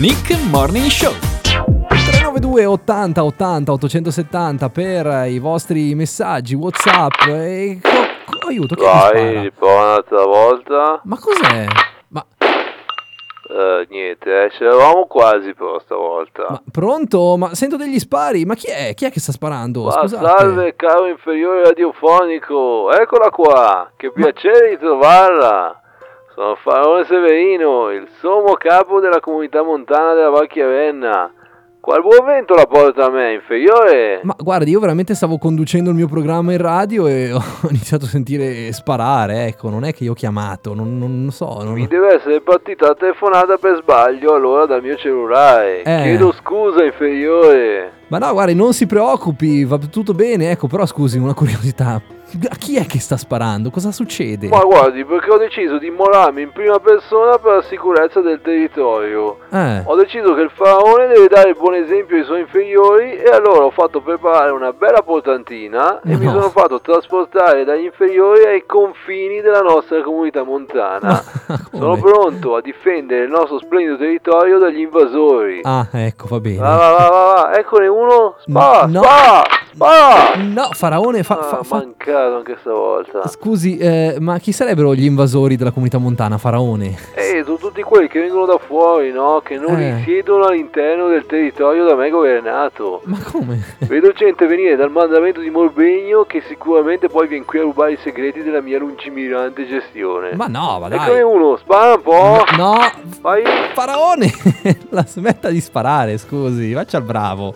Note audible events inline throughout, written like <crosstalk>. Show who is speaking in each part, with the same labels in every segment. Speaker 1: Nick Morning Show.
Speaker 2: 392 80 80 870 per i vostri messaggi, Whatsapp e co- co- aiuto, chi è che
Speaker 3: Vai,
Speaker 2: spara?
Speaker 3: prova un'altra volta.
Speaker 2: Ma cos'è? Ma,
Speaker 3: Eh, niente, eh, ce l'avamo quasi però stavolta.
Speaker 2: ma pronto? Ma sento degli spari, ma chi è? Chi è che sta sparando?
Speaker 3: Ma
Speaker 2: oh, Scusate.
Speaker 3: salve caro inferiore radiofonico, eccola qua, che piacere di trovarla. Sono Faraone Severino, il sommo capo della comunità montana della Val Chiavenna. Qual buon vento la porta a me, inferiore?
Speaker 2: Ma guardi, io veramente stavo conducendo il mio programma in radio e <laughs> ho iniziato a sentire sparare, ecco, non è che io ho chiamato, non, non- non so. non-
Speaker 3: Mi deve essere partita la telefonata per sbaglio allora dal mio cellulare.
Speaker 2: Eh.
Speaker 3: Chiedo scusa, inferiore.
Speaker 2: Ma no, guardi, non si preoccupi, va tutto bene, ecco, però scusi, una curiosità. A chi è che sta sparando? Cosa succede?
Speaker 3: Ma guardi, perché ho deciso di immolarmi in prima persona per la sicurezza del territorio.
Speaker 2: Eh.
Speaker 3: Ho deciso che il faraone deve dare il buon esempio ai suoi inferiori e allora ho fatto preparare una bella portantina e
Speaker 2: Ma
Speaker 3: mi
Speaker 2: no.
Speaker 3: sono fatto trasportare dagli inferiori ai confini della nostra comunità montana.
Speaker 2: Ma
Speaker 3: ah,
Speaker 2: <laughs>
Speaker 3: Sono
Speaker 2: come?
Speaker 3: pronto a difendere il nostro splendido territorio dagli invasori.
Speaker 2: Ah, ecco, va bene.
Speaker 3: Va, va, va, va, va, eccone uno, spara,
Speaker 2: No.
Speaker 3: spara, spara!
Speaker 2: No, Faraone, fa, fa-
Speaker 3: Ah,
Speaker 2: fa-
Speaker 3: mancato anche stavolta.
Speaker 2: scusi, eh, ma chi sarebbero gli invasori della comunità montana, Faraone? <laughs>
Speaker 3: Eh, sono tutti quelli che vengono da fuori, no? Che non
Speaker 2: Eh.
Speaker 3: risiedono all'interno del territorio da
Speaker 2: <laughs>
Speaker 3: me governato.
Speaker 2: Ma come?
Speaker 3: Vedo gente venire dal mandamento di Morbegno che sicuramente poi viene qui a rubare i segreti della mia lungimirante gestione.
Speaker 2: Ma no, ma
Speaker 3: Eccone
Speaker 2: dai. Eh.
Speaker 3: uno, spara Eh. un po'.
Speaker 2: No,
Speaker 3: Vai.
Speaker 2: Faraone, <laughs> la smetta di sparare, scusi, faccia il bravo.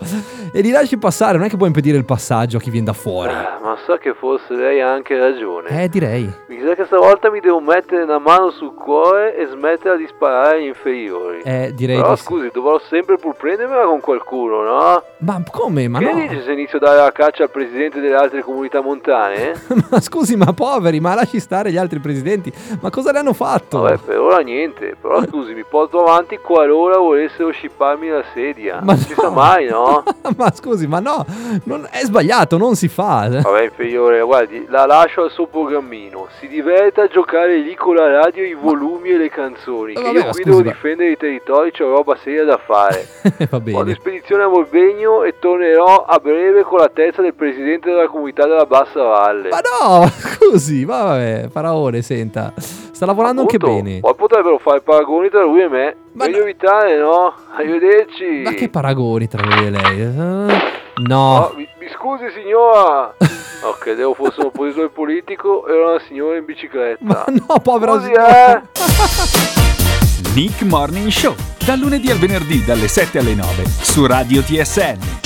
Speaker 2: E li lasci passare, non è che puoi impedire il passaggio a chi viene da fuori.
Speaker 3: Ah, Ma so che forse lei ha anche ragione.
Speaker 2: Eh, direi.
Speaker 3: Mi sa che stavolta mi devo mettere una mano sul cuore e smetterla di sparare agli inferiori.
Speaker 2: Eh, direi
Speaker 3: Però
Speaker 2: di sì.
Speaker 3: scusi, dovrò sempre pur prendermela con qualcuno, no?
Speaker 2: Ma come? Ma
Speaker 3: che
Speaker 2: no.
Speaker 3: dici se inizio a dare la caccia al presidente delle altre comunità
Speaker 2: <laughs>
Speaker 3: montane? eh?
Speaker 2: Ma scusi, ma poveri, ma lasci stare gli altri presidenti. Ma cosa le hanno fatto?
Speaker 3: Vabbè, per ora niente, però
Speaker 2: <laughs>
Speaker 3: scusi, mi porto avanti qualora volessero scipparmi la sedia.
Speaker 2: Ma
Speaker 3: non si
Speaker 2: no.
Speaker 3: sa
Speaker 2: <laughs>
Speaker 3: mai, no?
Speaker 2: <laughs> ma scusi, ma no, non- è sbagliato, non si <laughs> fa.
Speaker 3: Vabbè, inferiore, guardi, la lascio al suo programmino. Si diverte a giocare lì con la radio, i volumi e le canzoni.
Speaker 2: Eh,
Speaker 3: Che
Speaker 2: vabbè,
Speaker 3: io
Speaker 2: ma
Speaker 3: qui
Speaker 2: scusi,
Speaker 3: devo
Speaker 2: ma-
Speaker 3: difendere i territori, c'ho roba seria da fare.
Speaker 2: Eh, Va
Speaker 3: Vado in
Speaker 2: <laughs> bene.
Speaker 3: spedizione a Morbegno e tornerò a breve con la testa del presidente della comunità della Bassa Valle.
Speaker 2: Ma no, <laughs> scusi, ma vabbè, Faraone, senta, sta lavorando
Speaker 3: Appunto,
Speaker 2: anche bene.
Speaker 3: Poi potrebbero fare paragoni tra lui e me.
Speaker 2: Ma
Speaker 3: Meglio
Speaker 2: no.
Speaker 3: evitare, no? <laughs> Arrivederci.
Speaker 2: Ma che paragoni tra lui e lei? Eh, No.
Speaker 3: Ah, mi, mi scusi signora! No, credevo fosse un oppositore politico, era una signora in bicicletta.
Speaker 2: <laughs>
Speaker 3: eh.
Speaker 2: Ma no, povero
Speaker 3: Così
Speaker 2: signora.
Speaker 3: è!
Speaker 1: Nick Morning Show. Dal lunedì al venerdì dalle 7 alle 9 su Radio TSN.